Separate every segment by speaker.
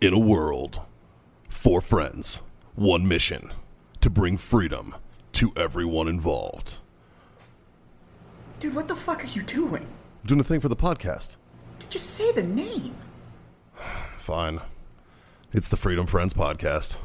Speaker 1: In a world, four friends, one mission to bring freedom to everyone involved.
Speaker 2: Dude, what the fuck are you doing?
Speaker 1: Doing a thing for the podcast.
Speaker 2: Just say the name.
Speaker 1: Fine. It's the Freedom Friends podcast.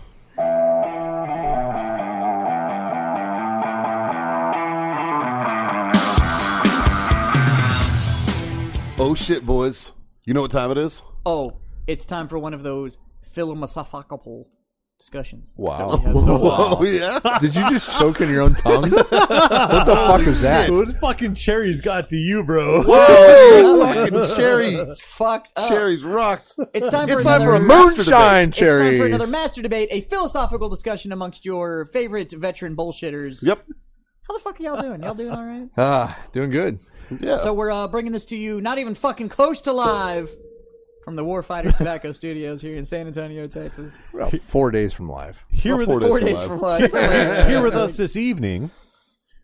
Speaker 3: Oh shit, boys. You know what time it is?
Speaker 4: Oh, it's time for one of those philosophical discussions.
Speaker 5: Wow.
Speaker 4: that we have so
Speaker 3: Oh, yeah?
Speaker 5: Did you just choke in your own tongue? what the fuck is that?
Speaker 3: shit.
Speaker 6: fucking cherries got to you, bro.
Speaker 3: Whoa! fucking cherries.
Speaker 4: Fucked
Speaker 5: Ah.
Speaker 4: up.
Speaker 3: Cherries rocked.
Speaker 4: It's time for
Speaker 3: It's time
Speaker 4: another
Speaker 3: for a master
Speaker 5: Moonshine
Speaker 3: debate.
Speaker 4: It's time for
Speaker 5: cherries.
Speaker 4: another master debate, a philosophical discussion amongst your favorite veteran bullshitters.
Speaker 3: Yep.
Speaker 4: How the fuck are y'all doing? Y'all doing all right?
Speaker 5: ah, doing good.
Speaker 3: Yeah.
Speaker 4: So we're uh, bringing this to you, not even fucking close to live, from the Warfighter Tobacco Studios here in San Antonio, Texas.
Speaker 5: We're about four days from live.
Speaker 6: Here with,
Speaker 3: four
Speaker 4: Four
Speaker 3: Close to
Speaker 4: days
Speaker 3: live.
Speaker 4: from live. uh,
Speaker 6: here with us this evening,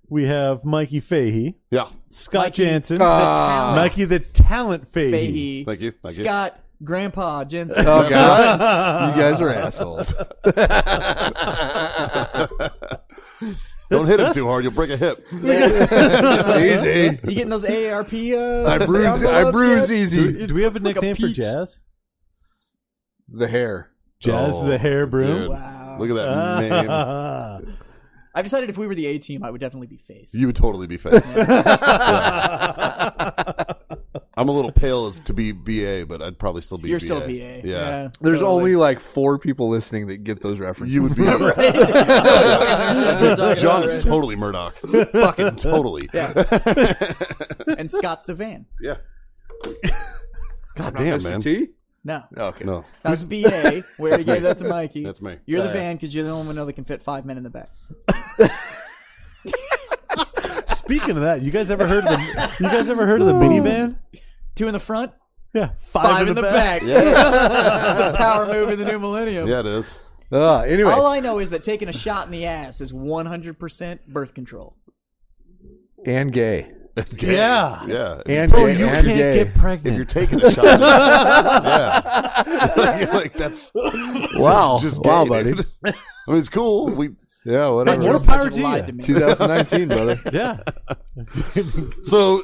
Speaker 6: we have Mikey Fahey,
Speaker 3: yeah.
Speaker 6: Scott
Speaker 4: Mikey
Speaker 6: Jansen,
Speaker 4: the talent.
Speaker 6: Mikey the Talent Fahey.
Speaker 4: Fahey,
Speaker 3: Ah. Thank you, thank you.
Speaker 4: Scott, Grandpa Jensen.
Speaker 5: Oh, God. you guys are assholes.
Speaker 3: Don't hit him too hard. You'll break a hip.
Speaker 5: easy.
Speaker 4: You getting those AARP? Uh,
Speaker 5: I bruise, I
Speaker 4: envelopes
Speaker 5: bruise
Speaker 4: yet?
Speaker 6: Do,
Speaker 5: easy.
Speaker 6: do we have a
Speaker 4: It's like a
Speaker 6: nickname for
Speaker 4: peach.
Speaker 6: Jazz?
Speaker 5: The hair.
Speaker 6: Jazz
Speaker 3: Oh,
Speaker 6: the Hair
Speaker 3: dude.
Speaker 6: Broom.
Speaker 4: Wow.
Speaker 3: Look at that
Speaker 5: Uh.
Speaker 3: name.
Speaker 6: Ah.
Speaker 4: I've decided if we were the A team, I would definitely be face.
Speaker 3: You would totally be fast. I'm a little pale as to be BA, but I'd probably still be
Speaker 4: You're
Speaker 3: BA.
Speaker 4: still BA.
Speaker 3: Yeah.
Speaker 5: There's
Speaker 4: totally.
Speaker 5: only like four people listening that get those references.
Speaker 3: You would be. John is totally Murdoch. Fucking totally. Yeah.
Speaker 4: and Scott's the van.
Speaker 3: God damn, man.
Speaker 5: T? Oh,
Speaker 4: No,
Speaker 5: Okay.
Speaker 3: No.
Speaker 4: that's BA. Where he gave that to Mikey.
Speaker 3: That's me.
Speaker 4: You're the van because you're the only one that can fit five men in the back.
Speaker 6: Speaking of that, you guys ever heard of the you guys ever heard of the minivan?
Speaker 4: Two in the front,
Speaker 6: Yeah, five,
Speaker 4: five, in the back.
Speaker 3: Yeah.
Speaker 4: That's a power move in the new millennium.
Speaker 3: Yeah, it is.
Speaker 5: Uh, anyway,
Speaker 4: All I know is that taking a shot in the ass is 100% birth control.
Speaker 5: and gay.
Speaker 6: Yeah.
Speaker 3: Yeah.
Speaker 5: And
Speaker 6: Oh,
Speaker 5: gay.
Speaker 6: you
Speaker 5: and
Speaker 6: can't
Speaker 5: gay.
Speaker 6: get
Speaker 3: if you're
Speaker 6: pregnant.
Speaker 3: taking a shot, in the ass, yeah, You're like that's
Speaker 5: wow.
Speaker 3: just, just gay,
Speaker 5: wow, buddy.
Speaker 3: dude. I mean, it's cool. We
Speaker 5: Yeah,
Speaker 4: That
Speaker 5: whatever.
Speaker 4: Joe
Speaker 6: more power
Speaker 4: Budden
Speaker 6: to
Speaker 4: lied
Speaker 6: you.
Speaker 4: to me.
Speaker 5: 2019, brother.
Speaker 6: Yeah,
Speaker 3: so,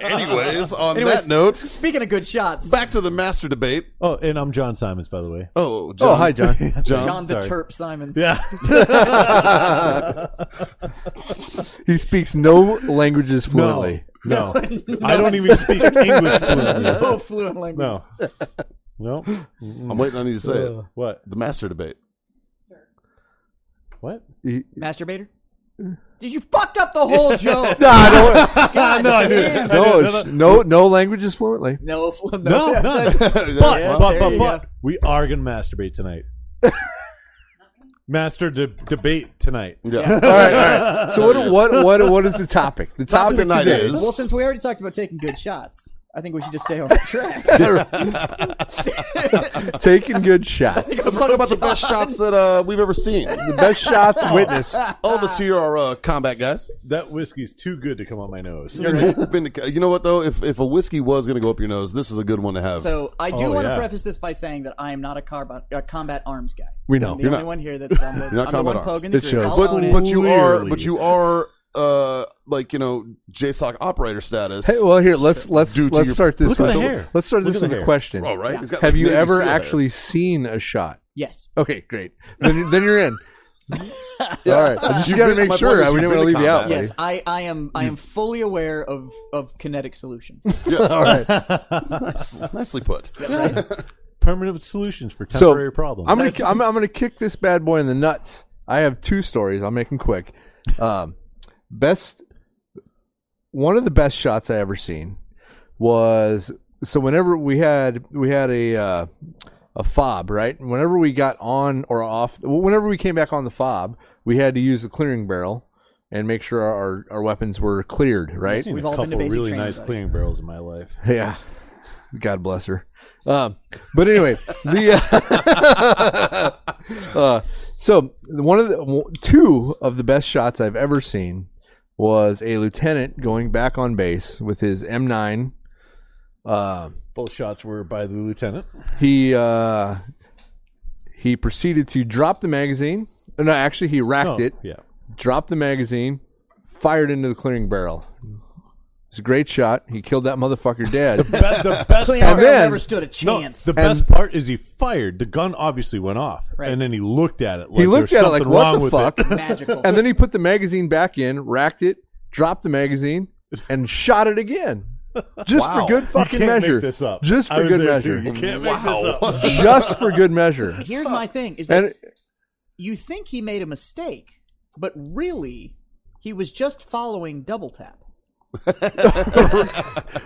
Speaker 3: anyways. On
Speaker 4: Anyways.
Speaker 3: that note,
Speaker 4: Speaking of good shots,
Speaker 3: back to the master debate.
Speaker 6: Oh, and I'm John Simons, by the way.
Speaker 3: Oh, John,
Speaker 5: Oh, hi, John.
Speaker 4: John the
Speaker 6: sorry.
Speaker 4: Terp Simons.
Speaker 6: Yeah.
Speaker 5: He speaks no languages fluently.
Speaker 6: No, no. I don't even speak English fluently.
Speaker 4: Oh, fluent language.
Speaker 6: No, no.
Speaker 3: I'm waiting on you to say it.
Speaker 6: What?
Speaker 3: The master debate.
Speaker 6: What?
Speaker 5: He-
Speaker 4: Masturbator? Did you fucked up the whole joke?
Speaker 5: No, I don't-
Speaker 4: God damn.
Speaker 5: no, it's- no, no languages fluently.
Speaker 4: No, fl- no,
Speaker 6: No,
Speaker 4: yeah,
Speaker 6: no.
Speaker 4: it's like-
Speaker 3: but
Speaker 6: But
Speaker 4: Yeah,
Speaker 6: but
Speaker 4: there
Speaker 6: but
Speaker 4: you
Speaker 6: but
Speaker 4: go.
Speaker 6: we are gonna masturbate tonight. Master de- debate tonight.
Speaker 3: yeah.
Speaker 5: All right, all right. So what? What? What? What is the topic? The
Speaker 3: Topic
Speaker 5: topic
Speaker 3: tonight
Speaker 5: today
Speaker 3: is-
Speaker 4: Well, since we already talked about taking good shots, I think we should just stay on track.
Speaker 5: taking good shots.
Speaker 3: Let's talk about the best shots that uh, we've ever seen.
Speaker 5: The best shots witnessed.
Speaker 3: All of us
Speaker 5: Ah.
Speaker 3: here are uh, combat guys.
Speaker 6: That whiskey's too good to come on my nose.
Speaker 3: You've been to- you know what though? If if a whiskey was going to go up your nose, this is a good one to have.
Speaker 4: So I do
Speaker 6: Oh,
Speaker 4: want to
Speaker 6: yeah.
Speaker 4: preface this by saying that I am not a, carb- a combat arms guy.
Speaker 5: We know.
Speaker 4: I'm the
Speaker 5: You're
Speaker 4: only
Speaker 3: not.
Speaker 4: one here that's I'm the,
Speaker 3: not
Speaker 4: I'm the
Speaker 3: combat
Speaker 4: one
Speaker 3: arms.
Speaker 4: poking the
Speaker 5: That
Speaker 4: group.
Speaker 5: shows.
Speaker 4: I'll
Speaker 3: but
Speaker 4: own it.
Speaker 3: but you are
Speaker 6: Clearly.
Speaker 3: but you are uh like you know JSOC operator status.
Speaker 5: Hey, oh. well, here let's let's
Speaker 3: Due to
Speaker 5: let's
Speaker 3: your-
Speaker 5: start this.
Speaker 6: Look at the
Speaker 5: with-
Speaker 6: hair.
Speaker 5: Let's start
Speaker 6: Look
Speaker 5: this
Speaker 6: at the
Speaker 5: with a
Speaker 6: hair.
Speaker 5: question.
Speaker 3: All Oh, right. He's got,
Speaker 5: Have
Speaker 3: like,
Speaker 5: you
Speaker 3: Navy
Speaker 5: ever
Speaker 3: Seal hair.
Speaker 5: actually seen a shot?
Speaker 4: Yes.
Speaker 5: Okay, great. Then, then you're in.
Speaker 3: Yeah.
Speaker 5: All right. I just
Speaker 3: You've
Speaker 5: got to
Speaker 3: been- my
Speaker 5: make
Speaker 3: point
Speaker 5: sure
Speaker 3: is
Speaker 5: I- we
Speaker 3: you've been
Speaker 5: didn't want to
Speaker 3: to
Speaker 5: leave you out.
Speaker 3: combat.
Speaker 4: Yes, I, I am I am fully aware of, of kinetic solutions.
Speaker 5: All right.
Speaker 3: Nice- nicely put.
Speaker 6: Permanent solutions for
Speaker 5: So
Speaker 6: temporary problems.
Speaker 5: I'm gonna I'm, I'm gonna kick this bad boy in the nuts. I have two stories. I'll make them quick. Um, best one of the best shots I ever seen was so whenever we had we had a uh, a fob right. Whenever we got on or off, whenever we came back on the fob, we had to use the clearing barrel and make sure our our weapons were cleared right.
Speaker 6: I've seen
Speaker 4: We've
Speaker 6: a
Speaker 4: all been to
Speaker 6: couple
Speaker 4: basic
Speaker 6: really
Speaker 4: training,
Speaker 6: nice
Speaker 4: buddy.
Speaker 6: cleaning barrels in my life.
Speaker 5: Yeah. God bless her. Um, but anyway, the uh, uh, so one of the two of the best shots I've ever seen was a lieutenant going back on base with his M9 Um,
Speaker 6: Both shots were by the lieutenant.
Speaker 5: he uh, he proceeded to drop the magazine. Uh, No, actually, he racked it,
Speaker 6: Oh, Yeah.
Speaker 5: dropped the magazine, fired into the clearing barrel. It's a great shot. He killed that motherfucker dead.
Speaker 6: But the best
Speaker 4: Clean
Speaker 6: part,
Speaker 4: Barrel
Speaker 5: then-
Speaker 4: never stood a
Speaker 6: no,
Speaker 4: chance.
Speaker 6: the best part is he fired. The gun obviously went off,
Speaker 4: Right.
Speaker 6: and then he looked at it. Like
Speaker 5: he looked
Speaker 6: there's
Speaker 5: at it like,
Speaker 6: something
Speaker 5: "What
Speaker 6: wrong
Speaker 5: the
Speaker 6: with
Speaker 5: fuck?"
Speaker 6: It.
Speaker 4: Magical.
Speaker 5: and then he put the magazine back in, racked it, dropped the magazine, and shot it again. Just
Speaker 3: Wow.
Speaker 5: for good
Speaker 3: You
Speaker 5: fucking
Speaker 6: You can't
Speaker 5: measure.
Speaker 6: make this up.
Speaker 5: Just
Speaker 6: I
Speaker 5: for
Speaker 6: was
Speaker 5: good
Speaker 6: there, too.
Speaker 5: measure.
Speaker 6: You can't
Speaker 1: Wow.
Speaker 6: make this up.
Speaker 5: Just for good measure.
Speaker 4: Here's my thing: is that
Speaker 5: And
Speaker 4: you think he made a mistake, but really, he was just following double tap.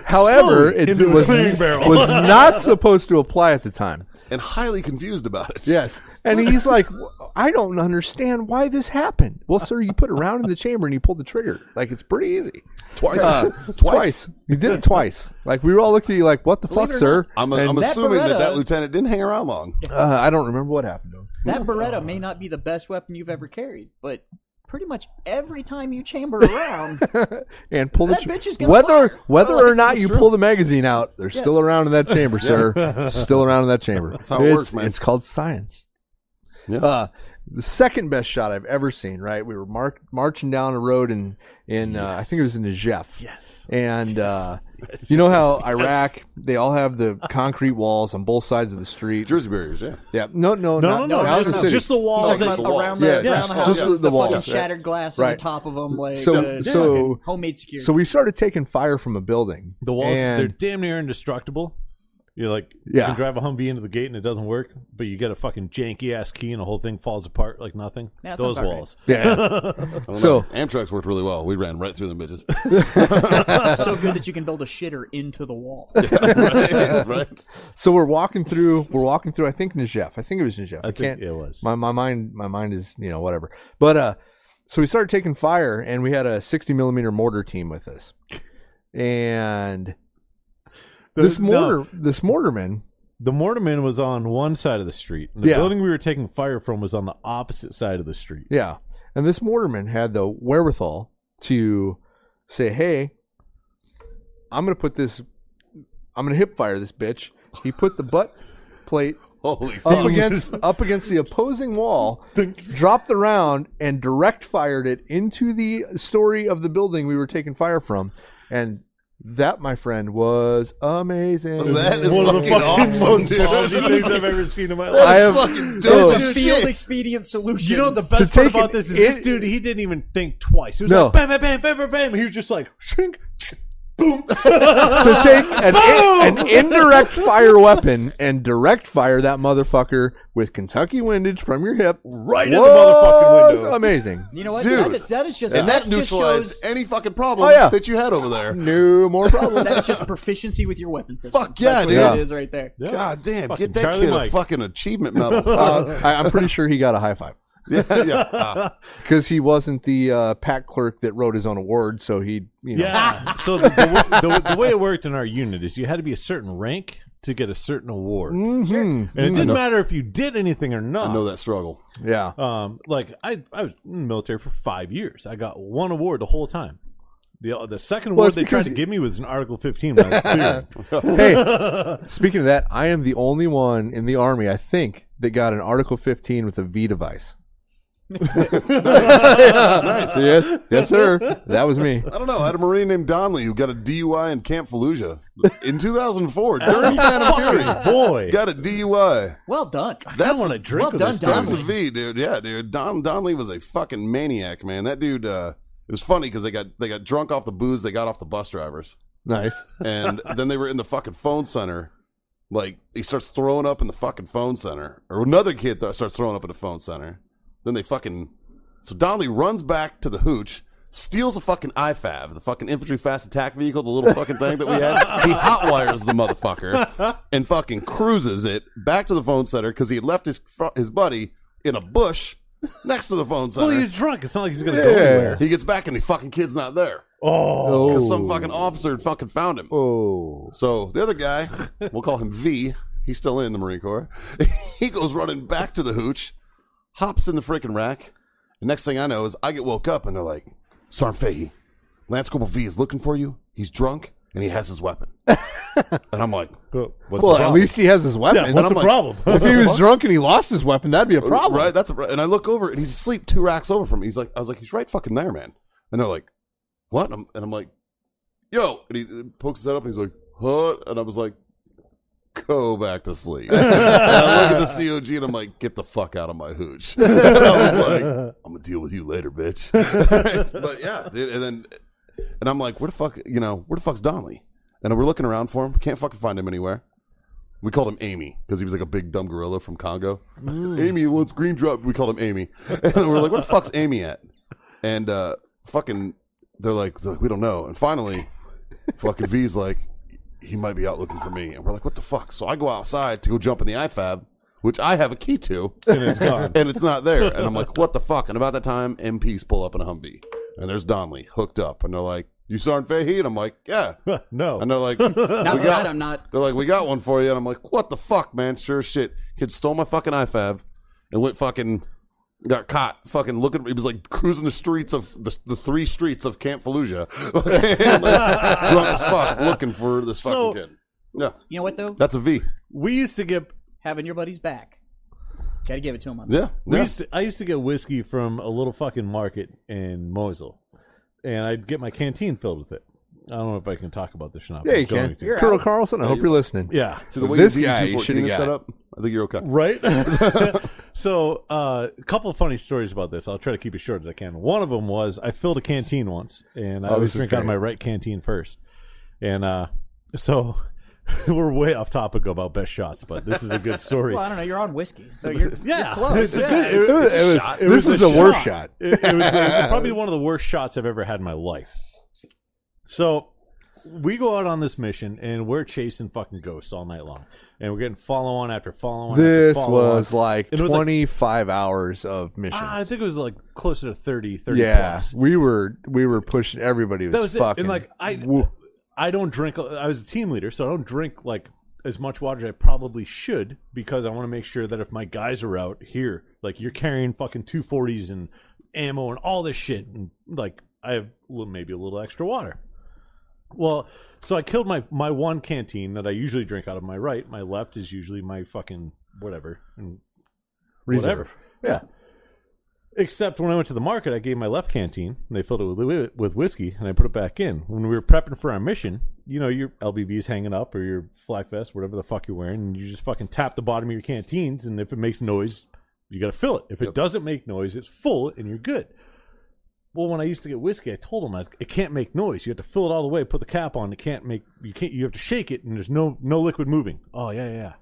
Speaker 5: however, it
Speaker 6: into a
Speaker 5: was,
Speaker 6: clearing barrel.
Speaker 5: was not supposed to apply at the time.
Speaker 3: and highly confused about it.
Speaker 5: Yes. And he's like, I don't understand why this happened. Well, sir, you put a round in the chamber and you pulled the trigger. Like, it's pretty easy.
Speaker 3: twice, Uh, twice.
Speaker 5: Twice. You did it twice. Like, we all looked at you like, what the
Speaker 4: Believe
Speaker 5: fuck,
Speaker 4: it or
Speaker 5: sir?
Speaker 3: I'm,
Speaker 5: And,
Speaker 3: I'm
Speaker 4: that
Speaker 3: assuming that that
Speaker 4: Beretta-
Speaker 3: lieutenant didn't hang around long.
Speaker 5: uh, I don't remember what happened to him.
Speaker 4: That Beretta may not be the best weapon you've ever carried, but pretty much every time you chamber around,
Speaker 5: and pull the
Speaker 4: That
Speaker 5: tr-
Speaker 4: bitch is gonna
Speaker 5: whether
Speaker 4: fire.
Speaker 5: whether
Speaker 4: Like,
Speaker 5: or not
Speaker 4: it's
Speaker 5: you
Speaker 4: true.
Speaker 5: pull the magazine out, they're still around in that chamber, sir. still around in that chamber. That's
Speaker 3: how it
Speaker 5: it's,
Speaker 3: works, man.
Speaker 5: It's called science.
Speaker 3: Yeah.
Speaker 5: Uh, the second best shot I've ever seen. Right, we were mar- marching down a road in in uh, I think it was in Najaf.
Speaker 6: Yes.
Speaker 5: And uh, you know how Iraq they all have the concrete walls on both sides of the street.
Speaker 3: Jersey barriers, yeah.
Speaker 5: Yeah. No, no,
Speaker 6: No,
Speaker 5: not-
Speaker 6: no, no,
Speaker 5: that was
Speaker 6: just-
Speaker 5: the city.
Speaker 6: just the walls
Speaker 4: He's
Speaker 3: Talking
Speaker 4: like
Speaker 3: about the
Speaker 4: around,
Speaker 3: walls.
Speaker 4: the,
Speaker 5: Yeah,
Speaker 4: around
Speaker 5: yeah,
Speaker 4: the
Speaker 5: just
Speaker 4: houses,
Speaker 5: the
Speaker 4: the,
Speaker 5: walls.
Speaker 4: fucking
Speaker 5: Yeah.
Speaker 4: shattered glass on
Speaker 5: Right.
Speaker 4: the top of them, like
Speaker 5: So-
Speaker 4: the
Speaker 5: so-
Speaker 4: homemade security.
Speaker 5: So we started taking fire from a building.
Speaker 6: The walls,
Speaker 5: and-
Speaker 6: they're damn near indestructible. You're like, you
Speaker 5: Yeah.
Speaker 6: can drive a Humvee into the gate and it doesn't work, but you get a fucking janky ass key and the whole thing falls apart like nothing.
Speaker 4: That sounds
Speaker 6: Those
Speaker 4: about right.
Speaker 6: walls.
Speaker 5: yeah. so
Speaker 3: Amtrak's worked really well. We ran right through them bitches.
Speaker 4: so good that you can build a shitter into the wall.
Speaker 3: right? Right?
Speaker 5: So we're walking through. We're walking through. I think Najaf. I think it was Najaf. I,
Speaker 6: think
Speaker 5: can't.
Speaker 6: it was.
Speaker 5: My my mind my mind is you know whatever. But uh, so we started taking fire, and we had a sixty millimeter mortar team with us, and
Speaker 6: The-
Speaker 5: this
Speaker 6: no,
Speaker 5: mortar this mortarman.
Speaker 6: the mortarman was on one side of the street. And the
Speaker 5: Yeah.
Speaker 6: building we were taking fire from was on the opposite side of the street.
Speaker 5: Yeah, and this mortarman had the wherewithal to say, "Hey, I'm gonna put this. I'm gonna hip fire this bitch." He put the butt plate
Speaker 3: Holy
Speaker 5: up
Speaker 3: fuck.
Speaker 5: against up against the opposing wall, dropped the round, and direct fired it into the story of the building we were taking fire from, and that, my friend, was amazing.
Speaker 3: That is
Speaker 6: One of the
Speaker 3: fucking
Speaker 6: fucking
Speaker 3: awesome, dude.
Speaker 6: Ballsy things I've ever seen in my life.
Speaker 5: I have
Speaker 3: fucking
Speaker 5: so,
Speaker 3: dope.
Speaker 4: It's a field expedient solution.
Speaker 6: You know what the best part
Speaker 5: take
Speaker 6: about
Speaker 5: it
Speaker 6: this is
Speaker 5: in-
Speaker 6: this dude he didn't even think twice. He was
Speaker 5: No.
Speaker 6: like bam bam bam bam bam bam. He was just like shrink.
Speaker 5: to take an, an indirect fire weapon and direct fire that motherfucker with Kentucky windage from your hip
Speaker 6: Right in the motherfucking
Speaker 5: was
Speaker 6: window.
Speaker 5: Amazing.
Speaker 4: You know what?
Speaker 3: Dude.
Speaker 4: that, is, that is just
Speaker 3: And that
Speaker 4: just
Speaker 3: neutralized
Speaker 4: shows- oh,
Speaker 3: any fucking problem
Speaker 5: Oh, yeah.
Speaker 3: that you had over there.
Speaker 5: No more problem.
Speaker 4: that's just proficiency with your weapon system.
Speaker 3: Fuck yeah,
Speaker 4: that's what
Speaker 3: dude.
Speaker 4: it is right there.
Speaker 6: Yeah.
Speaker 3: God damn,
Speaker 6: Fucking
Speaker 3: get that
Speaker 6: Charlie
Speaker 3: kid
Speaker 6: Mike.
Speaker 3: a fucking achievement medal. Fuck.
Speaker 5: Uh, I, I'm pretty sure he got a high five.
Speaker 3: yeah, yeah. Uh,
Speaker 5: because he wasn't the uh, pack clerk that wrote his own award, so he, you know,
Speaker 6: Yeah. so the, the, w- the, the way it worked in our unit is you had to be a certain rank to get a certain award, and it didn't matter if you did anything or not.
Speaker 3: I know that struggle.
Speaker 5: yeah.
Speaker 6: Um, like I, I was in the military for five years. I got one award the whole time. The the second
Speaker 5: Well,
Speaker 6: award
Speaker 5: it's
Speaker 6: they tried
Speaker 5: because-
Speaker 6: to give me was an Article 15. When I was cleared.
Speaker 5: hey, speaking of that, I am the only one in the army, I think, that got an Article 15 with a V device. nice. Yes, yes, sir. That was me.
Speaker 3: I don't know. I had a Marine named Donnelly who got a DUI in Camp Fallujah in 2004 during Phantom Fury.
Speaker 6: Boy,
Speaker 3: Got a DUI.
Speaker 4: Well done.
Speaker 3: That's
Speaker 6: want to drink
Speaker 4: Well
Speaker 6: with
Speaker 4: done,
Speaker 6: this
Speaker 4: Don.
Speaker 6: thing.
Speaker 3: That's a V, dude. Yeah, dude. Don Donnelly was a fucking maniac, man. That dude. Uh, it was funny because they got they got drunk off the booze. They got off the bus drivers,
Speaker 5: Nice.
Speaker 3: and then they were in the fucking phone center. Like he starts throwing up in the fucking phone center, or another kid th- starts throwing up in the phone center. Then they fucking so Donnelly runs back to the hooch. Steals a fucking IFAV, the fucking infantry fast attack vehicle, the little fucking thing that we had. He hotwires the motherfucker and fucking cruises it back to the phone center because he had left his fr- his buddy in a bush next to the phone
Speaker 6: well,
Speaker 3: center.
Speaker 6: he was drunk. It's not like he's gonna go anywhere.
Speaker 3: He gets back and the fucking kid's not there
Speaker 6: Oh,
Speaker 5: Oh,
Speaker 3: because some fucking officer had fucking found him.
Speaker 5: oh.
Speaker 3: So the other guy, we'll call him V. He's still in the Marine Corps. he goes running back to the hooch, hops in the freaking rack. The next thing I know is I get woke up and they're like, Sergeant Fahey, Lance Corporal V is looking for you. He's drunk. and he has his weapon. and I'm like,
Speaker 6: Go- What's
Speaker 5: Well,
Speaker 6: the
Speaker 5: at
Speaker 6: problem?
Speaker 5: least he has his
Speaker 6: Yeah,
Speaker 5: weapon.
Speaker 6: what's the
Speaker 3: I'm like-
Speaker 6: problem?
Speaker 5: if he was drunk and he lost his weapon, that'd be a problem.
Speaker 3: Right? That's a, and I look over and he's asleep two racks over from me. He's like, I was like, he's right fucking there, man. And they're like, what? And I'm, and I'm like, yo. And he pokes his head up and he's like, huh? And I was like, go back to sleep. and I look at the COG and I'm like, get the fuck out of my hooch. and I was like, I'm gonna deal with you later, bitch. but yeah, dude, and then and I'm like, where the fuck, you know, where the fuck's Donnelly? And we're looking around for him. Can't fucking find him anywhere. We called him Amy because he was like a big dumb gorilla from Congo. Amy once green drop. We called him Amy, and we're like, "Where the fuck's Amy at?" And uh, fucking, they're like, they're like, "We don't know." And finally, fucking V's like, "He might be out looking for me," and we're like, "What the fuck?" So I go outside to go jump in the IFAB, which I have a key to,
Speaker 6: And it's gone.
Speaker 3: and it's not there. And I'm like, "What the fuck?" And about that time, MPs pull up in a Humvee, and there's Donley hooked up, and they're like, "You Sergeant Fahey?" And I'm like, "Yeah."
Speaker 6: no.
Speaker 3: And they're like, "We
Speaker 4: tonight,
Speaker 3: got-
Speaker 4: I'm not.
Speaker 3: They're like, "We got one for you," and I'm like, "What the fuck, man? Sure as shit, kid stole my fucking iFab and went fucking got caught fucking looking. He was like cruising the streets of the, the three streets of Camp Fallujah, Like, drunk as fuck, looking for this
Speaker 6: So-
Speaker 3: fucking kid. Yeah,
Speaker 4: You know what though?
Speaker 3: that's a V.
Speaker 6: we used to get
Speaker 4: Having your buddies back, gotta give it to him on that.
Speaker 3: Yeah,
Speaker 6: We
Speaker 3: yeah.
Speaker 6: used to, I used to get whiskey from a little fucking market in Mosul, and I'd get my canteen filled with it. I don't know if I can talk about this or not. but
Speaker 5: Yeah, you
Speaker 6: I'm going
Speaker 5: can.
Speaker 6: to.
Speaker 5: Colonel Carlson, I hope you're listening.
Speaker 6: Yeah.
Speaker 3: So the way
Speaker 5: This
Speaker 3: your
Speaker 5: guy,
Speaker 3: DD214
Speaker 5: you should've
Speaker 3: is
Speaker 5: got.
Speaker 3: set up, I think you're okay.
Speaker 6: Right. so, uh, a couple of funny stories about this. I'll try to keep it short as I can. One of them was I filled a canteen once, and I
Speaker 5: Oh,
Speaker 6: always
Speaker 5: this is
Speaker 6: drink out of
Speaker 5: great.
Speaker 6: my right canteen first. And uh, so we're way off topic about best shots, but this is a good story.
Speaker 4: Well, I don't know. You're on whiskey, so you're,
Speaker 6: Yeah.
Speaker 4: you're close.
Speaker 6: It's
Speaker 4: Yeah,
Speaker 6: good.
Speaker 5: It was- it was-
Speaker 6: It
Speaker 5: this was
Speaker 6: a
Speaker 5: the worst shot.
Speaker 6: It, it was, it was probably one of the worst shots I've ever had in my life. So we go out on this mission and we're chasing fucking ghosts all night long, and we're getting follow on after follow on.
Speaker 5: This
Speaker 6: after follow
Speaker 5: was
Speaker 6: on.
Speaker 5: like
Speaker 6: It was like-
Speaker 5: 25 hours of mission.
Speaker 6: Ah, I think it was like closer to 30, 30
Speaker 5: yeah,
Speaker 6: plus.
Speaker 5: we were we were pushing. Everybody was,
Speaker 6: That was it.
Speaker 5: fucking
Speaker 6: And like I,
Speaker 5: woo-
Speaker 6: I don't drink. I was a team leader, so I don't drink like as much water as I probably should because I want to make sure that if my guys are out here, like you're carrying fucking two forties and ammo and all this shit, and like I have a little- maybe a little extra water. Well, so I killed my my one canteen that I usually drink out of my right. My left is usually my fucking whatever and
Speaker 5: reserve. Yeah.
Speaker 6: Except when I went to the market, I gave my left canteen, and they filled it with, with whiskey, and I put it back in. When we were prepping for our mission, you know, your LBV's hanging up or your flak vest, whatever the fuck you're wearing, and you just fucking tap the bottom of your canteens, and if it makes noise, you got to fill it. If it doesn't make noise, it's full, and you're good. Well, when I used to get whiskey, I told them I, it can't make noise. You have to fill it all the way, put the cap on. It can't make you can't. You have to shake it, and there's no no liquid moving. Oh yeah, yeah. yeah.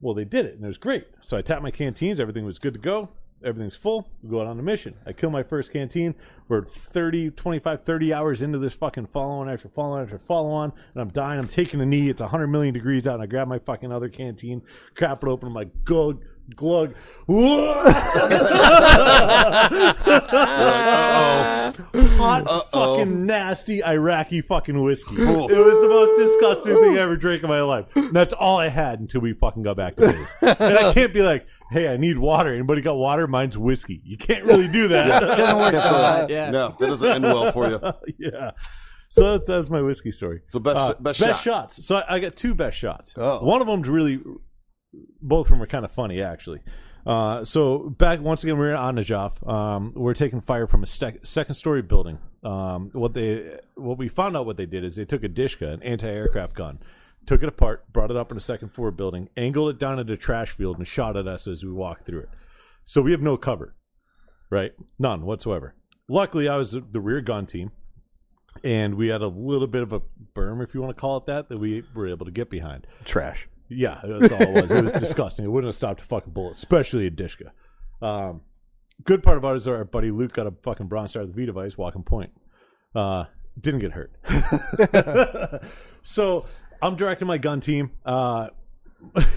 Speaker 6: Well, they did it, and it was great. So I tapped my canteens. Everything was good to go. Everything's full. We're going on a mission. I kill my first canteen. We're 30, 25, 30 hours into this fucking follow-on after follow-on after follow-on, and I'm dying. I'm taking a knee. It's 100 million degrees out, and I grab my fucking other canteen, crap it open. I'm like, glug, glug.
Speaker 3: Oh,
Speaker 6: Hot fucking nasty Iraqi fucking whiskey. It was the most disgusting thing I ever drank in my life. And that's all I had until we fucking got back to base. and I can't be like, hey, I need water. Anybody got water? Mine's whiskey. You can't really do that.
Speaker 4: doesn't work so hard.
Speaker 3: yeah.
Speaker 4: Yeah.
Speaker 3: No, that doesn't end well for you.
Speaker 6: yeah. So that, that was my whiskey story.
Speaker 3: So best-
Speaker 6: Uh,
Speaker 3: best shot.
Speaker 6: shots. So I, I got two best shots.
Speaker 5: Oh.
Speaker 6: One of them's really, both of them were kind of funny actually. Uh, so back once again, we we're in Anajaf. Um, we're taking fire from a sec- second story building. Um, what they, what we found out, what they did is they took a Dishka, an anti aircraft gun, took it apart, brought it up in a second floor building, angled it down into a trash field, and shot at us as we walked through it. So we have no cover, right? None whatsoever. Luckily, I was the, the rear gun team and we had a little bit of a berm, if you want to call it that, that we were able to get behind.
Speaker 5: trash.
Speaker 6: Yeah, that's all it was. It was disgusting. It wouldn't have stopped a fucking bullet, especially a Dishka. Um, good part about it is our buddy Luke got a fucking bronze star with the V device, walking point. Uh, didn't get hurt. so I'm directing my gun team. Uh,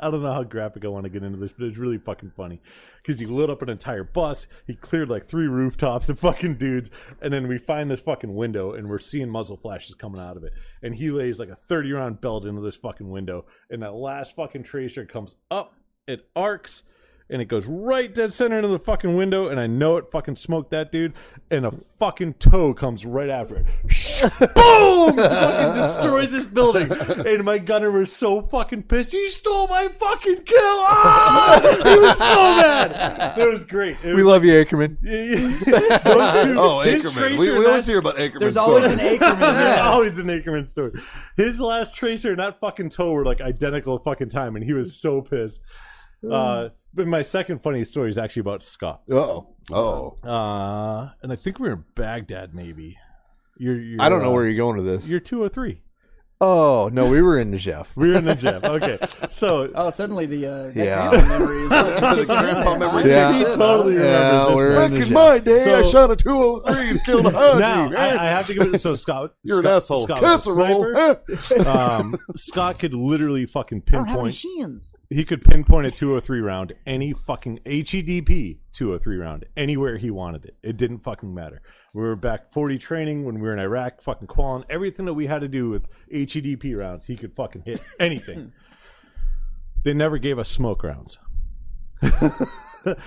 Speaker 6: I don't know how graphic I want to get into this, but it's really fucking funny because he lit up an entire bus. He cleared like three rooftops of fucking dudes, and then we find this fucking window and we're seeing muzzle flashes coming out of it. And he lays like a thirty round belt into this fucking window, and that last fucking tracer comes up. It arcs, and it goes right dead center into the fucking window, and I know it fucking smoked that dude, and a fucking toe comes right after it. Boom! It fucking destroys this building. And my gunner was so fucking pissed. You stole my fucking kill! Ah! He was so mad. It was great. It
Speaker 5: We
Speaker 6: was,
Speaker 5: love you, Ackerman.
Speaker 6: Those dudes,
Speaker 3: Oh,
Speaker 6: his
Speaker 3: Anchorman.
Speaker 6: tracer
Speaker 3: We, we
Speaker 6: and
Speaker 3: always
Speaker 6: that-
Speaker 3: hear about Anchorman
Speaker 4: There's always an
Speaker 3: stories.
Speaker 4: Ackerman.
Speaker 6: there's always an Ackerman story. His last tracer and that fucking toe were like identical fucking time, and he was so pissed. Uh, but my second funny story is actually about Scott.
Speaker 5: Oh,
Speaker 3: Oh,
Speaker 6: Uh, and I think we were in Baghdad, maybe. You're, you're,
Speaker 5: I don't know
Speaker 6: uh,
Speaker 5: where you're going with this.
Speaker 6: You're two or three.
Speaker 5: Oh no, we were in Najaf.
Speaker 6: We were in the gym. Okay, so
Speaker 4: Oh, suddenly the uh, that
Speaker 5: Yeah.
Speaker 4: grandpa memory is
Speaker 3: the grandpa memory.
Speaker 5: Yeah.
Speaker 6: he totally
Speaker 5: Yeah,
Speaker 6: remembers this.
Speaker 5: we're
Speaker 6: now.
Speaker 5: in the gym.
Speaker 3: day,
Speaker 6: So-
Speaker 3: shot a 203 and killed a hundred.
Speaker 6: Now I,
Speaker 3: Eh,
Speaker 6: I have to give it. So Scott,
Speaker 3: You're
Speaker 6: Scott-
Speaker 3: an asshole.
Speaker 6: Scott was a
Speaker 3: Casserole.
Speaker 6: sniper.
Speaker 3: Eh.
Speaker 6: Um, Scott could literally fucking
Speaker 4: I don't have any
Speaker 6: pinpoint
Speaker 4: shins.
Speaker 6: he could pinpoint a 203 round any fucking E HEDP 203 round anywhere he wanted it. It didn't fucking matter. We were back 40 training when we were in Iraq, fucking qualling everything that we had to do with HEDP rounds. He could fucking hit anything. they never gave us smoke rounds.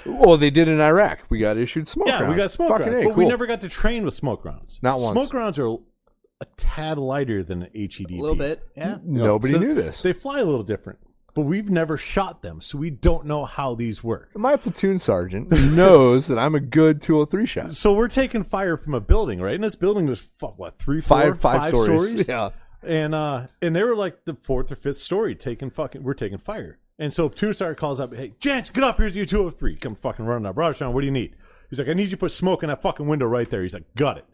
Speaker 5: Well, they did in Iraq. We got issued smoke.
Speaker 6: yeah, we
Speaker 5: rounds.
Speaker 6: got smoke
Speaker 5: Fucking
Speaker 6: rounds,
Speaker 5: A,
Speaker 6: but we
Speaker 5: cool.
Speaker 6: never got to train with smoke rounds.
Speaker 5: Not once.
Speaker 6: Smoke rounds are a tad lighter than an HEDP.
Speaker 4: A little bit, yeah.
Speaker 5: Nobody
Speaker 6: So
Speaker 5: knew this.
Speaker 6: They fly a little different, but we've never shot them, so we don't know how these work.
Speaker 5: My platoon sergeant knows that I'm a good 203 shot.
Speaker 6: So we're taking fire from a building, right? And this building was fuck what three, four,
Speaker 5: Five, five stories. Yeah.
Speaker 6: And uh, and they were like the fourth or fifth story taking fucking. We're taking fire. And so two star calls up, hey Jance, get up here's your two hundred three. Come fucking running up, Rajasthan. What do you need? He's like, I need you to put smoke in that fucking window right there. He's like, got it.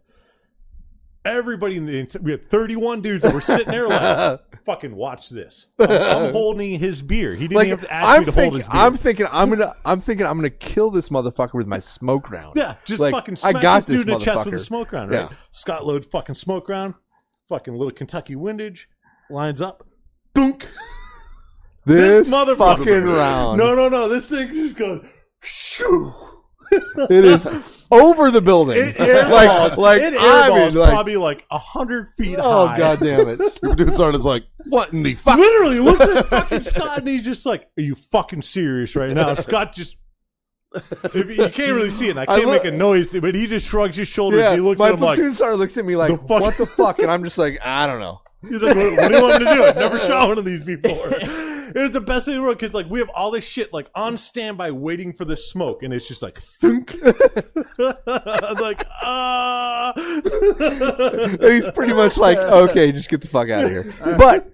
Speaker 6: Everybody in the we had thirty one dudes that were sitting there like, fucking watch this. I'm, I'm holding his beer. He didn't even
Speaker 5: Like
Speaker 6: have to ask
Speaker 5: I'm
Speaker 6: me to
Speaker 5: thinking,
Speaker 6: hold his beer.
Speaker 5: I'm thinking, I'm gonna, I'm thinking, I'm gonna kill this motherfucker with my smoke round.
Speaker 6: Yeah, just
Speaker 5: Like,
Speaker 6: fucking smack
Speaker 5: I got
Speaker 6: this dude in the chest
Speaker 5: motherfucker.
Speaker 6: with a smoke round, right?
Speaker 5: Yeah.
Speaker 6: Scott loads fucking smoke round, fucking little Kentucky windage, lines up, dunk.
Speaker 5: This,
Speaker 6: motherfucker.
Speaker 5: fucking round.
Speaker 6: No, no, no. This thing just goes, shoo.
Speaker 5: It is over the building.
Speaker 6: It
Speaker 5: like,
Speaker 6: airballs.
Speaker 5: like
Speaker 6: it
Speaker 5: I
Speaker 6: airballs
Speaker 5: mean, like,
Speaker 6: probably like a hundred feet
Speaker 5: oh
Speaker 6: high.
Speaker 5: god damn it.
Speaker 3: Your platoon sergeant's like, what in the fuck?
Speaker 6: Literally looks at fucking Scott and he's just like, "Are you fucking serious right now?" Scott just. If- you can't really see it. And I can't
Speaker 5: lo-
Speaker 6: make a noise, but he just shrugs his shoulders.
Speaker 5: Yeah,
Speaker 6: he looks
Speaker 5: my
Speaker 6: at him like,
Speaker 5: platoon sergeant looks at me like,
Speaker 6: The fuck-
Speaker 5: "What the fuck?" And I'm just like, "I don't know."
Speaker 6: He's like, what, what do you want me to do? I've never shot one of these before. It was the best thing in the world because like we have all this shit like on standby waiting for the smoke, and it's just like thunk. I'm like, ah.
Speaker 5: And he's pretty much like, "Okay, just get the fuck out of here." But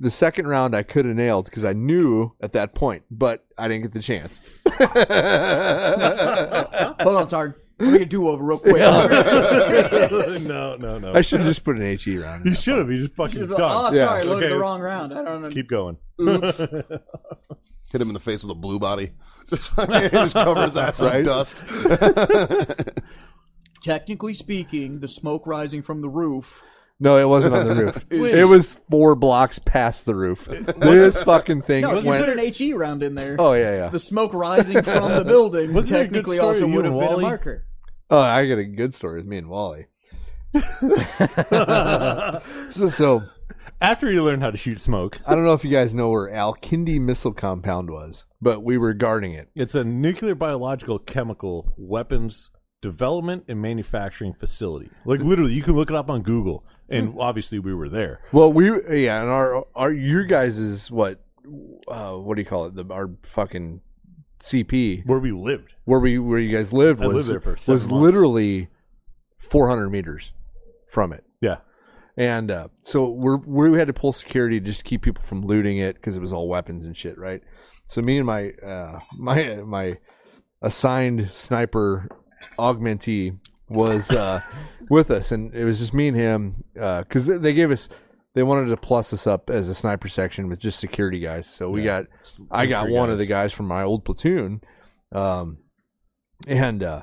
Speaker 5: the second round, I could have nailed because I knew at that point, but I didn't get the chance.
Speaker 4: Hold on, Sarge. We're gonna do over real quick.
Speaker 6: no, no, no.
Speaker 5: I should have just put an HE round.
Speaker 6: you
Speaker 5: In.
Speaker 6: should have. You just fucking
Speaker 4: Oh,
Speaker 6: done.
Speaker 5: Yeah.
Speaker 4: sorry, loaded
Speaker 6: Okay.
Speaker 4: the wrong round. I don't know.
Speaker 6: Keep going.
Speaker 3: Oops. Hit him in the face with a blue body. just cover his ass in
Speaker 5: Right?
Speaker 3: dust.
Speaker 4: Technically speaking, the smoke rising from the roof.
Speaker 5: No, it wasn't on the roof.
Speaker 4: Wait.
Speaker 5: it was four blocks past the roof. This fucking thing
Speaker 4: No, if you put
Speaker 5: went.
Speaker 4: an HE round in there,
Speaker 5: Oh yeah, yeah.
Speaker 4: the smoke rising from the building
Speaker 6: Wasn't there a good
Speaker 4: technically
Speaker 6: story
Speaker 4: also
Speaker 6: of you
Speaker 4: would have
Speaker 6: and
Speaker 4: been a
Speaker 6: Wally?
Speaker 4: marker.
Speaker 5: Oh, I got a good story with me and Wally. so, so
Speaker 6: After you learn how to shoot smoke,
Speaker 5: I don't know if you guys know where Al Kindi missile compound was, but we were guarding it.
Speaker 6: it's a nuclear biological chemical weapons development and manufacturing facility. Like literally, you can look it up on Google. And obviously, we were there.
Speaker 5: Well, we yeah, and our our your guys is what uh, what do you call it? The our fucking CP
Speaker 6: Where we lived.
Speaker 5: where we where you guys lived
Speaker 6: I
Speaker 5: was
Speaker 6: lived there for seven
Speaker 5: was
Speaker 6: months.
Speaker 5: literally 400 meters from it.
Speaker 6: Yeah.
Speaker 5: And uh, so we're we had to pull security just to keep people from looting it because it was all weapons and shit, right? So me and my uh, my my assigned sniper augmentee was uh, with us, and it was just me and him because they gave us they wanted to plus us up as a sniper section with just security guys. So we got I got
Speaker 6: three
Speaker 5: one of
Speaker 6: guys.
Speaker 5: the guys from my old platoon, um, and uh,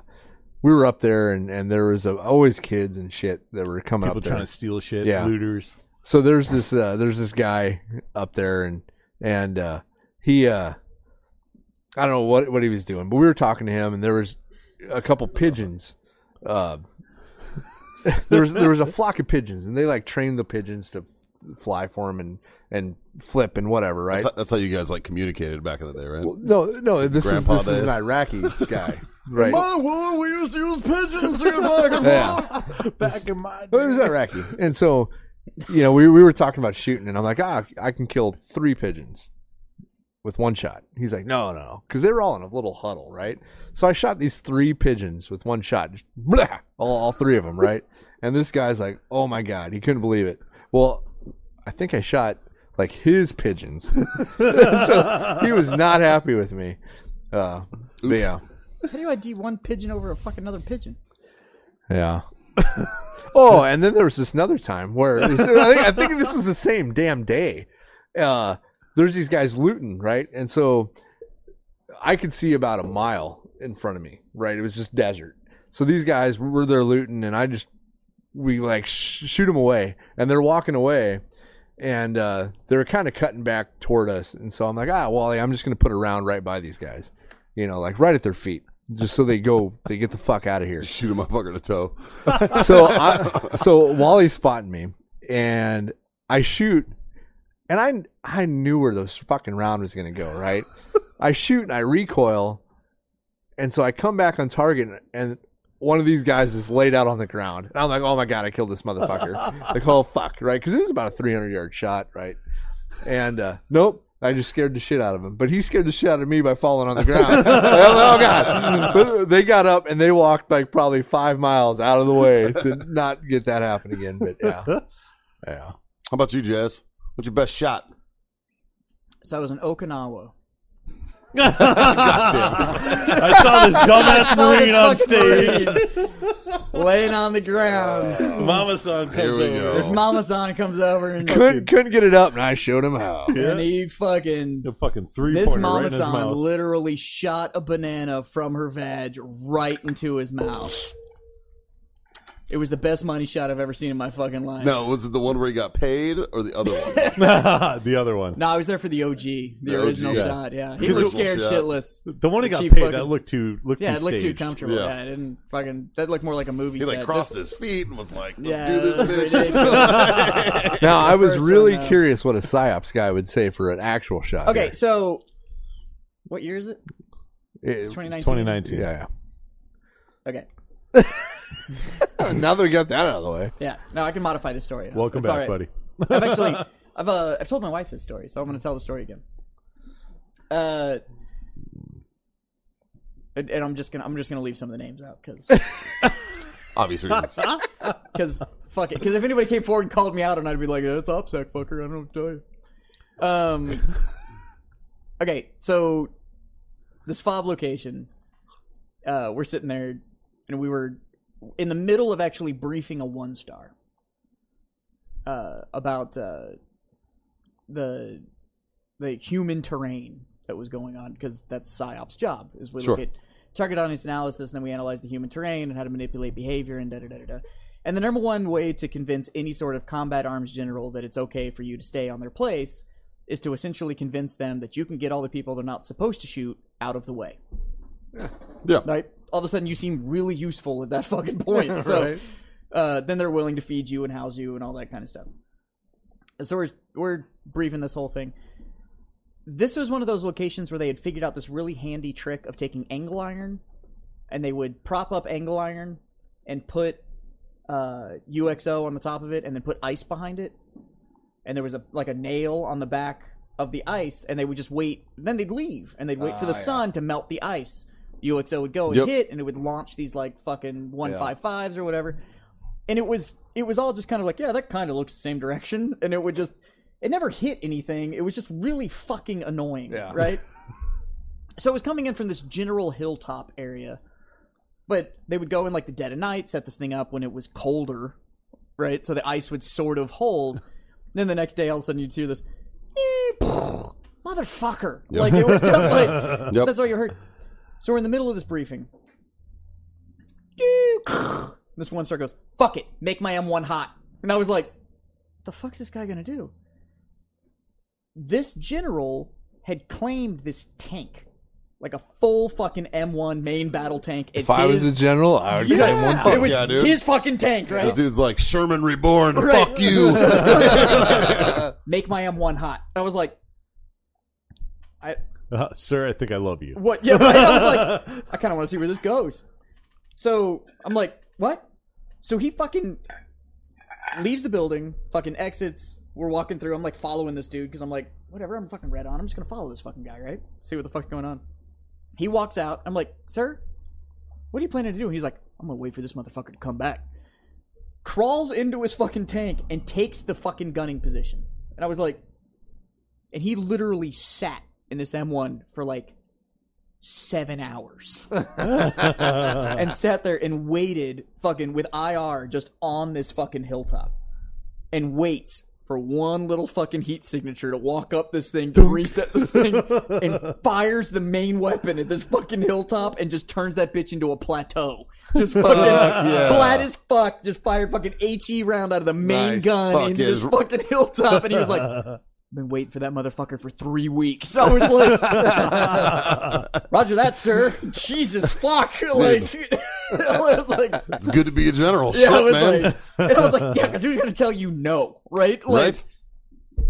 Speaker 5: we were up there, and and there was a, always kids and shit that were coming
Speaker 6: people
Speaker 5: up there.
Speaker 6: trying to steal shit,
Speaker 5: Yeah.
Speaker 6: looters.
Speaker 5: so there's this uh, there's this guy up there and and uh, he uh, I don't know what what he was doing, but we were talking to him and there was a couple pigeons. Uh, there was there was a flock of pigeons and they like trained the pigeons to fly for him and and flip and whatever, right?
Speaker 3: That's, that's how you guys like communicated back in the day, right?
Speaker 5: no, no, this is
Speaker 3: Grandpa
Speaker 5: this is an
Speaker 3: does.
Speaker 5: Iraqi guy, right?
Speaker 6: well, we used to use pigeons to get back
Speaker 5: Yeah.
Speaker 6: back in my
Speaker 5: Well, it was Iraqi, and so you know we we were talking about shooting, and I'm like, ah, I can kill three pigeons with one shot. He's like, no, no, because they were all in a little huddle, right? So I shot these three pigeons with one shot, just blah, all all three of them, right? And this guy's like, oh my god, he couldn't believe it. Well, I think I shot like his pigeons, so he was not happy with me. Uh, but yeah,
Speaker 4: How do I do one pigeon over a fucking another pigeon?
Speaker 5: yeah. oh, and then there was this another time where I think, I think this was the same damn day. Uh, there's these guys looting, right? And so I could see about a mile in front of me, right? It was just desert. So these guys were there looting, and I just we like sh- shoot them away, and they're walking away, and uh, they're kind of cutting back toward us. And so I'm like, ah, Wally, I'm just gonna put a round right by these guys, you know, like right at their feet, just so they go, they get the fuck out of here
Speaker 3: Shoot a motherfucker in the toe.
Speaker 5: so I, so Wally's spotting me, and I shoot, and I I knew where this fucking round was gonna go. Right, I shoot and I recoil, and so I come back on target, and one of these guys is laid out on the ground, and I'm like, oh my god, I killed this motherfucker. like, oh fuck, right? Because it was about a 300 yard shot, right? And uh, nope. I just scared the shit out of him, but he scared the shit out of me by falling on the ground. Like, oh god! But they got up and they walked like probably five miles out of the way to not get that happen again. But yeah, yeah.
Speaker 3: How about you, Jazz? What's your best shot?
Speaker 4: So I was in Okinawa.
Speaker 6: I saw this dumbass marine on
Speaker 4: fucking
Speaker 6: stage.
Speaker 4: Laying on the ground.
Speaker 6: Mama son comes
Speaker 3: Here we
Speaker 6: over.
Speaker 3: go.
Speaker 4: This Mama Son comes over and,
Speaker 5: Couldn't couldn't get it up, and I showed him how.
Speaker 4: and he fucking
Speaker 6: The fucking three
Speaker 4: This
Speaker 6: pointer
Speaker 4: mama
Speaker 6: right in his
Speaker 4: son
Speaker 6: mouth.
Speaker 4: literally shot a banana from her vag right into his mouth. It was the best money shot I've ever seen in my fucking life.
Speaker 3: No, was it the one where he got paid or the other one?
Speaker 6: the other one.
Speaker 4: No, I was there for the OG, the,
Speaker 3: OG,
Speaker 4: original
Speaker 3: yeah.
Speaker 4: shot. Yeah, he
Speaker 3: Because
Speaker 4: looked
Speaker 3: it was-
Speaker 4: scared
Speaker 3: yeah.
Speaker 4: shitless.
Speaker 6: The one who got
Speaker 4: She
Speaker 6: paid
Speaker 4: fucking-
Speaker 6: that looked too looked
Speaker 4: Yeah,
Speaker 6: too
Speaker 4: it looked
Speaker 6: staged.
Speaker 4: too comfortable.
Speaker 3: Yeah.
Speaker 4: Yeah. it didn't fucking. That looked more like a movie.
Speaker 3: He
Speaker 4: set.
Speaker 3: like crossed
Speaker 4: This-
Speaker 3: his feet and was like, "Let's
Speaker 4: Yeah,
Speaker 3: do
Speaker 4: that's
Speaker 3: this, bitch."
Speaker 4: ridiculous.
Speaker 5: Now I was
Speaker 4: first
Speaker 5: really
Speaker 4: one, though.
Speaker 5: curious what a psyops guy would say for an actual shot.
Speaker 4: okay, so what year is it?
Speaker 5: It-
Speaker 4: Twenty nineteen.
Speaker 6: 2019.
Speaker 5: yeah,
Speaker 4: Okay.
Speaker 5: yeah. Now they got that out of the way.
Speaker 4: Yeah. No, I can modify this story. enough.
Speaker 6: Welcome
Speaker 4: It's all
Speaker 6: back,
Speaker 4: right.
Speaker 6: buddy.
Speaker 4: I've actually, I've uh, I've told my wife this story, so I'm going to tell the story again. Uh, and, and I'm just gonna I'm just gonna leave some of the names out because
Speaker 3: Obvious reasons.
Speaker 4: because fuck it because if anybody came forward and called me out and I'd be like that's OPSEC fucker I don't know what to tell you. Um. okay, so this fob location, uh, we're sitting there and we were in the middle of actually briefing a one star uh, about uh, the the human terrain that was going on because that's psyops' job is we
Speaker 3: Sure.
Speaker 4: look at target audience analysis and then we analyze the human terrain and how to manipulate behavior and da da da da. da. And the number one way to convince any sort of combat arms general that it's okay for you to stay on their place is to essentially convince them that you can get all the people they're not supposed to shoot out of the way
Speaker 3: Yeah,
Speaker 4: right? All of a sudden, you seem really useful at that fucking point. So
Speaker 5: Right.
Speaker 4: uh, then they're willing to feed you and house you and all that kind of stuff. And so we're we're briefing this whole thing. This was one of those locations where they had figured out this really handy trick of taking angle iron, and they would prop up angle iron and put uh, UXO on the top of it, and then put ice behind it. And there was a like a nail on the back of the ice, and they would just wait. Then they'd leave, and they'd wait for the sun to melt the ice. UXO would go and
Speaker 3: Yep.
Speaker 4: hit, and it would launch these like fucking one five fives or whatever. And it was it was all just kind of like yeah, that kind of looks the same direction, and it would just it never hit anything. It was just really fucking annoying, right? so it was coming in from this general hilltop area but they would go in like the dead of night, set this thing up when it was colder, right? So the ice would sort of hold. then the next day, all of a sudden, you'd hear this, "Eep, motherfucker! Like it was just like
Speaker 3: Yep.
Speaker 4: that's all you heard. So we're in the middle of this briefing. This one star goes, "Fuck it, make my M1 hot," and I was like, "The fuck's this guy gonna do?" This general had claimed this tank like a full fucking M1 main battle tank. It's
Speaker 5: If I was
Speaker 4: his-
Speaker 5: a general, I would
Speaker 4: yeah,
Speaker 5: claim one
Speaker 3: tank.
Speaker 4: it was
Speaker 3: Yeah, dude.
Speaker 4: his fucking tank, right?
Speaker 3: This dude's like Sherman reborn. Fuck you.
Speaker 4: Make my M1 hot. And I was like, I
Speaker 6: Uh, sir, I think I love you.
Speaker 4: what? Yeah, right? I was like, I kind of want to see where this goes. So I'm like, what? So he fucking leaves the building, fucking exits. We're walking through. I'm like following this dude because I'm like, whatever. I'm fucking red on. I'm just gonna follow this fucking guy, right? See what the fuck's going on. He walks out. I'm like, sir, what are you planning to do? And he's like, I'm gonna wait for this motherfucker to come back. Crawls into his fucking tank and takes the fucking gunning position. And I was like, and he literally sat in this M1 for like seven hours and sat there and waited fucking with IR just on this fucking hilltop and waits for one little fucking heat signature to walk up this thing to reset this thing and fires the main weapon at this fucking hilltop and just turns that bitch into a plateau. Just fucking
Speaker 3: yeah.
Speaker 4: flat as fuck, just fired fucking HE round out of the main
Speaker 5: Nice.
Speaker 4: gun
Speaker 3: Fuck
Speaker 4: into
Speaker 3: it.
Speaker 4: this fucking hilltop and he was like been waiting for that motherfucker for three weeks. I was like, Roger that, sir. Jesus fuck. Like, I was like,
Speaker 3: It's good to be a general.
Speaker 4: yeah, I
Speaker 3: Shit,
Speaker 4: was
Speaker 3: man.
Speaker 4: like, and I was like, yeah, because who's going to tell you no, right? Like,
Speaker 3: right?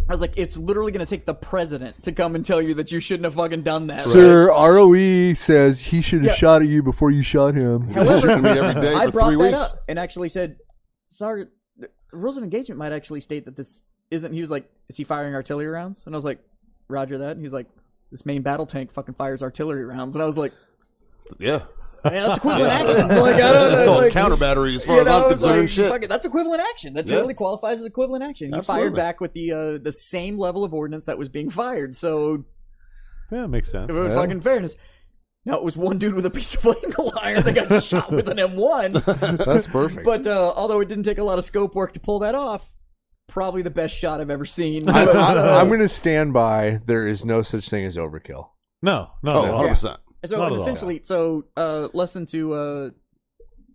Speaker 4: I was like, it's literally going to take the president to come and tell you that you shouldn't have fucking done that.
Speaker 5: Sir, ROE says he should have
Speaker 4: Yeah.
Speaker 5: shot at you before you shot him.
Speaker 4: However,
Speaker 3: Shooting me every day
Speaker 4: I
Speaker 3: for
Speaker 4: brought
Speaker 3: three
Speaker 4: that
Speaker 3: weeks.
Speaker 4: up and actually said, "Sorry, the rules of engagement might actually state that this isn't." He was like, "Is he firing artillery rounds?" And I was like, "Roger that." And he was like, "This main battle tank fucking fires artillery rounds," and I was like,
Speaker 3: Yeah.
Speaker 4: "Man, "That's equivalent action." Like, I don't
Speaker 3: It's, it's
Speaker 4: know,
Speaker 3: called
Speaker 4: like,
Speaker 3: counter battery as far
Speaker 4: you
Speaker 3: as
Speaker 4: know,
Speaker 3: I'm
Speaker 4: it's
Speaker 3: concerned.
Speaker 4: like,
Speaker 3: shit.
Speaker 4: fuck it, that's equivalent action. That
Speaker 3: Yeah.
Speaker 4: totally qualifies as equivalent action. He
Speaker 3: Absolutely.
Speaker 4: fired back with the uh, the same level of ordnance that was being fired. So
Speaker 6: Yeah, makes sense.
Speaker 4: if it was fucking fairness. No, it was one dude with a piece of angle iron that got shot with an M1.
Speaker 5: That's perfect.
Speaker 4: But uh, although it didn't take a lot of scope work to pull that off, probably the best shot I've ever seen. Uh,
Speaker 5: I,
Speaker 4: So-
Speaker 5: am going to stand by. There is no such thing as overkill.
Speaker 6: No, no,
Speaker 3: Oh,
Speaker 6: no.
Speaker 3: 100%.
Speaker 4: so
Speaker 6: Not at all.
Speaker 4: essentially, so uh, lesson to uh,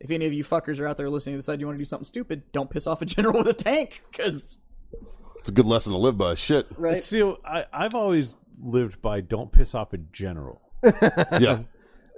Speaker 4: if any of you fuckers are out there listening, to decide you want to do something stupid, don't piss off a general with a tank because
Speaker 3: It's a good lesson to live by. Shit.
Speaker 4: right.
Speaker 6: See, I, I've always lived by don't piss off a general.
Speaker 3: Yeah.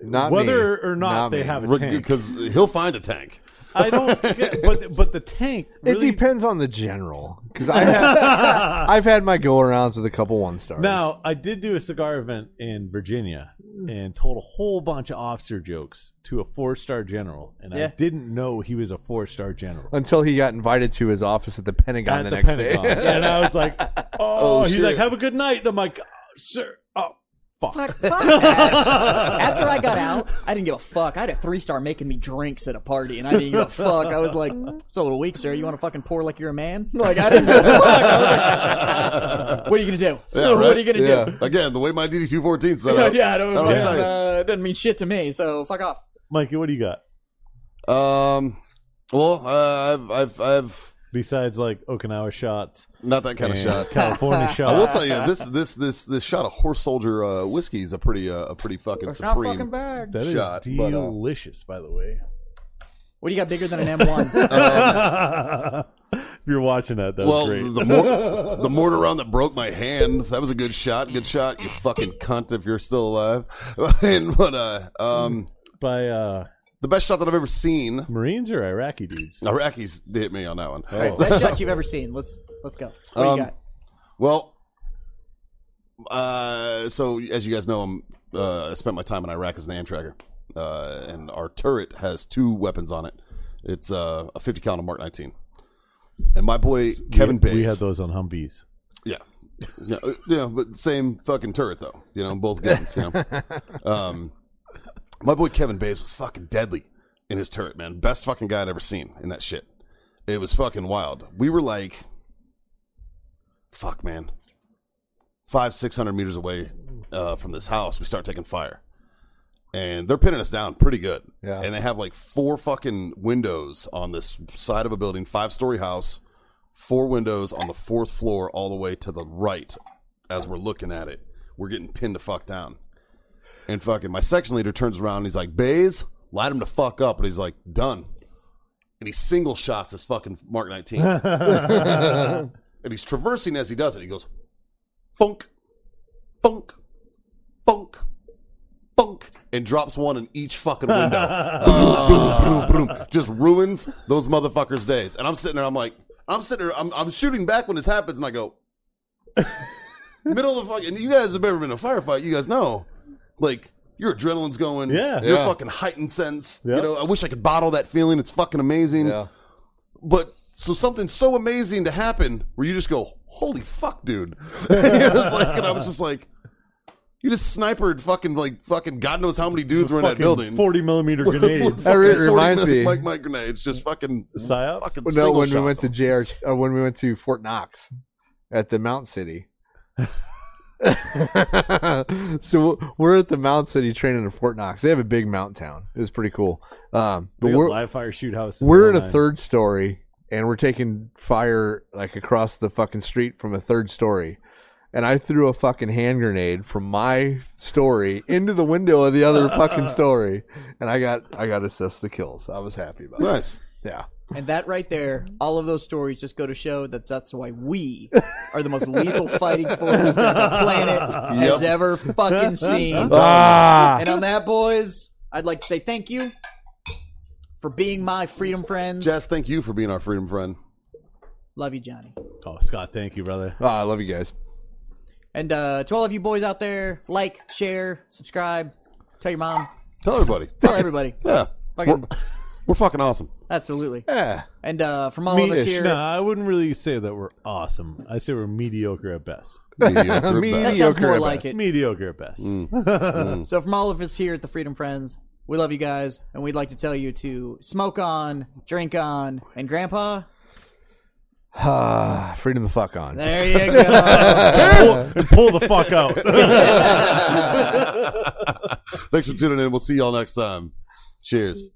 Speaker 5: Not
Speaker 6: Whether
Speaker 5: me.
Speaker 6: or not, they
Speaker 5: me.
Speaker 6: have a tank.
Speaker 3: Because he'll find a tank.
Speaker 6: I don't. But but the tank.
Speaker 5: It
Speaker 6: Really,
Speaker 5: depends on the general. Because I have, I've had my go arounds with a couple one stars.
Speaker 6: Now, I did do a cigar event in Virginia and told a whole bunch of officer jokes to a four star general, and I
Speaker 4: Yeah.
Speaker 6: didn't know he was a four star general.
Speaker 5: until he got invited to his office at the Pentagon
Speaker 6: At
Speaker 5: the,
Speaker 6: the
Speaker 5: next
Speaker 6: Pentagon.
Speaker 5: day.
Speaker 6: and I was like, oh, he's
Speaker 3: shit.
Speaker 6: like, have a good night. And I'm like, "Oh, sir, oh, fuck.
Speaker 4: Fuck, fuck that. After I got out, I didn't give a fuck. I had a three star making me drinks at a party, and I didn't give a fuck. I was like, "It's a little weak, sir. You want to fucking pour like you're a man?" Like I didn't give a fuck. I was like, what are you gonna do? What
Speaker 3: right?
Speaker 4: are you gonna
Speaker 5: Yeah.
Speaker 4: do?
Speaker 3: Again, the way my DD214 set
Speaker 4: Yeah,
Speaker 3: up.
Speaker 4: yeah, I don't,
Speaker 3: I
Speaker 4: fucking,
Speaker 3: don't know.
Speaker 4: uh, it doesn't mean shit to me. So fuck off.
Speaker 6: Mikey, what do you got?
Speaker 3: Um, well, uh, I've, I've, I've
Speaker 6: Besides like Okinawa shots,
Speaker 3: not that kind of shot.
Speaker 6: California
Speaker 3: I will
Speaker 6: shots.
Speaker 3: tell you this this this this shot of horse soldier uh, whiskey is a pretty uh, a pretty fucking
Speaker 4: It's not
Speaker 3: supreme.
Speaker 4: fucking bad.
Speaker 6: That is
Speaker 3: shot, but, uh,
Speaker 6: delicious, by the way.
Speaker 4: What do you got bigger than an M1?
Speaker 6: If you're watching that, that
Speaker 3: well,
Speaker 6: was great.
Speaker 3: the mor- the mortar round that broke my hand that was a good shot. Good shot, you fucking cunt. If you're still alive, and, but uh, um,
Speaker 6: By uh,
Speaker 3: the best shot that I've ever seen.
Speaker 6: Marines or Iraqi dudes?
Speaker 3: Iraqis hit me on that
Speaker 6: Oh.
Speaker 3: one.
Speaker 4: Best shot you've ever seen. Let's let's go. What
Speaker 3: Um,
Speaker 4: do you got?
Speaker 3: Well, uh, so as you guys know, I'm uh, I spent my time in Iraq as an Amtracker, uh, and our turret has two weapons on it. It's uh, a 50 caliber Mark 19, and my boy Kevin
Speaker 6: we,
Speaker 3: Bates.
Speaker 6: We had those on Humvees.
Speaker 3: Yeah. Yeah, uh, yeah, but same fucking turret though. You know, both guns. You know, um, my boy Kevin Bays was fucking deadly in his turret, man. Best fucking guy I'd ever seen in that shit. It was fucking wild. We were like, fuck, man, five six hundred meters away uh, from this house. We start taking fire, and they're pinning us down pretty good.
Speaker 5: Yeah.
Speaker 3: and they have like four fucking windows on this side of a building, five story house four windows on the fourth floor all the way to the right as we're looking at it. We're getting pinned the fuck down. And fucking my section leader turns around and he's like, Bays, light him to fuck up. And he's like, done. And he single shots his fucking Mark 19. and he's traversing as he does it. He goes, funk, funk, funk, and drops one in each fucking window. boom, boom, boom, boom. Just ruins those motherfuckers' days. And I'm sitting there, I'm like, I'm sitting there, I'm, I'm shooting back when this happens, and I go, middle of the fucking, you guys have ever been in a firefight, you guys know. Like, your adrenaline's going,
Speaker 6: Yeah.
Speaker 3: your
Speaker 5: Yeah.
Speaker 3: fucking heightened sense.
Speaker 6: Yeah.
Speaker 3: You know, I wish I could bottle that feeling. It's fucking amazing.
Speaker 5: Yeah.
Speaker 3: But so something so amazing to happen where you just go, holy fuck, dude. It was like- and I was just like, you just snipered fucking like fucking God knows how many dudes were in that
Speaker 6: Fucking
Speaker 3: building.
Speaker 6: Forty millimeter grenades.
Speaker 5: That re-
Speaker 3: Fucking 40
Speaker 5: reminds
Speaker 3: million
Speaker 5: me-
Speaker 3: Mike, Mike grenades, just fucking
Speaker 6: Psyops?
Speaker 3: Fucking
Speaker 5: Well, no,
Speaker 3: single
Speaker 5: when we
Speaker 3: shots
Speaker 5: went to
Speaker 3: on.
Speaker 5: JR, uh, when we went to Fort Knox at the Mount City. so we're at the Mount City training in Fort Knox. They have a big mount town. It was pretty cool. Um, but
Speaker 6: We got
Speaker 5: we're
Speaker 6: live fire shoot houses. Oh
Speaker 5: we're in
Speaker 6: all
Speaker 5: a
Speaker 6: night.
Speaker 5: third story and we're taking fire like across the fucking street from a third story. And I threw a fucking hand grenade from my story into the window of the other fucking story, and I got I got assessed the kills. I was happy about it.
Speaker 3: Nice.
Speaker 5: Yeah.
Speaker 4: And that right there, all of those stories just go to show that that's why we are the most lethal fighting force that the planet has
Speaker 3: Yep.
Speaker 4: ever fucking seen.
Speaker 5: Ah,
Speaker 4: And on that, boys, I'd like to say thank you for being my freedom friends.
Speaker 3: Jess, thank you for being our freedom friend.
Speaker 4: Love you, Johnny.
Speaker 6: Oh, Scott, thank you, brother.
Speaker 5: Ah, I love you guys.
Speaker 4: And uh, to all of you boys out there, like, share, subscribe, tell your mom,
Speaker 3: Tell everybody.
Speaker 4: tell everybody.
Speaker 3: Yeah.
Speaker 4: Fucking,
Speaker 3: We're fucking awesome.
Speaker 4: absolutely.
Speaker 5: Yeah.
Speaker 4: And uh, from all of us
Speaker 5: Me-ish.
Speaker 6: No,
Speaker 4: here,
Speaker 6: I wouldn't really say that we're awesome. I say we're mediocre at best.
Speaker 3: Mediocre
Speaker 5: Me-
Speaker 3: best.
Speaker 4: that sounds more
Speaker 5: mediocre,
Speaker 4: like it.
Speaker 6: Mediocre at best.
Speaker 4: So from all of us here at the Freedom Friends, we love you guys, and we'd like to tell you to smoke on, drink on, and Grandpa.
Speaker 5: Ah, freedom the fuck on.
Speaker 4: There you go.
Speaker 6: and pull the fuck out.
Speaker 3: Thanks for tuning in. We'll see y'all next time. Cheers.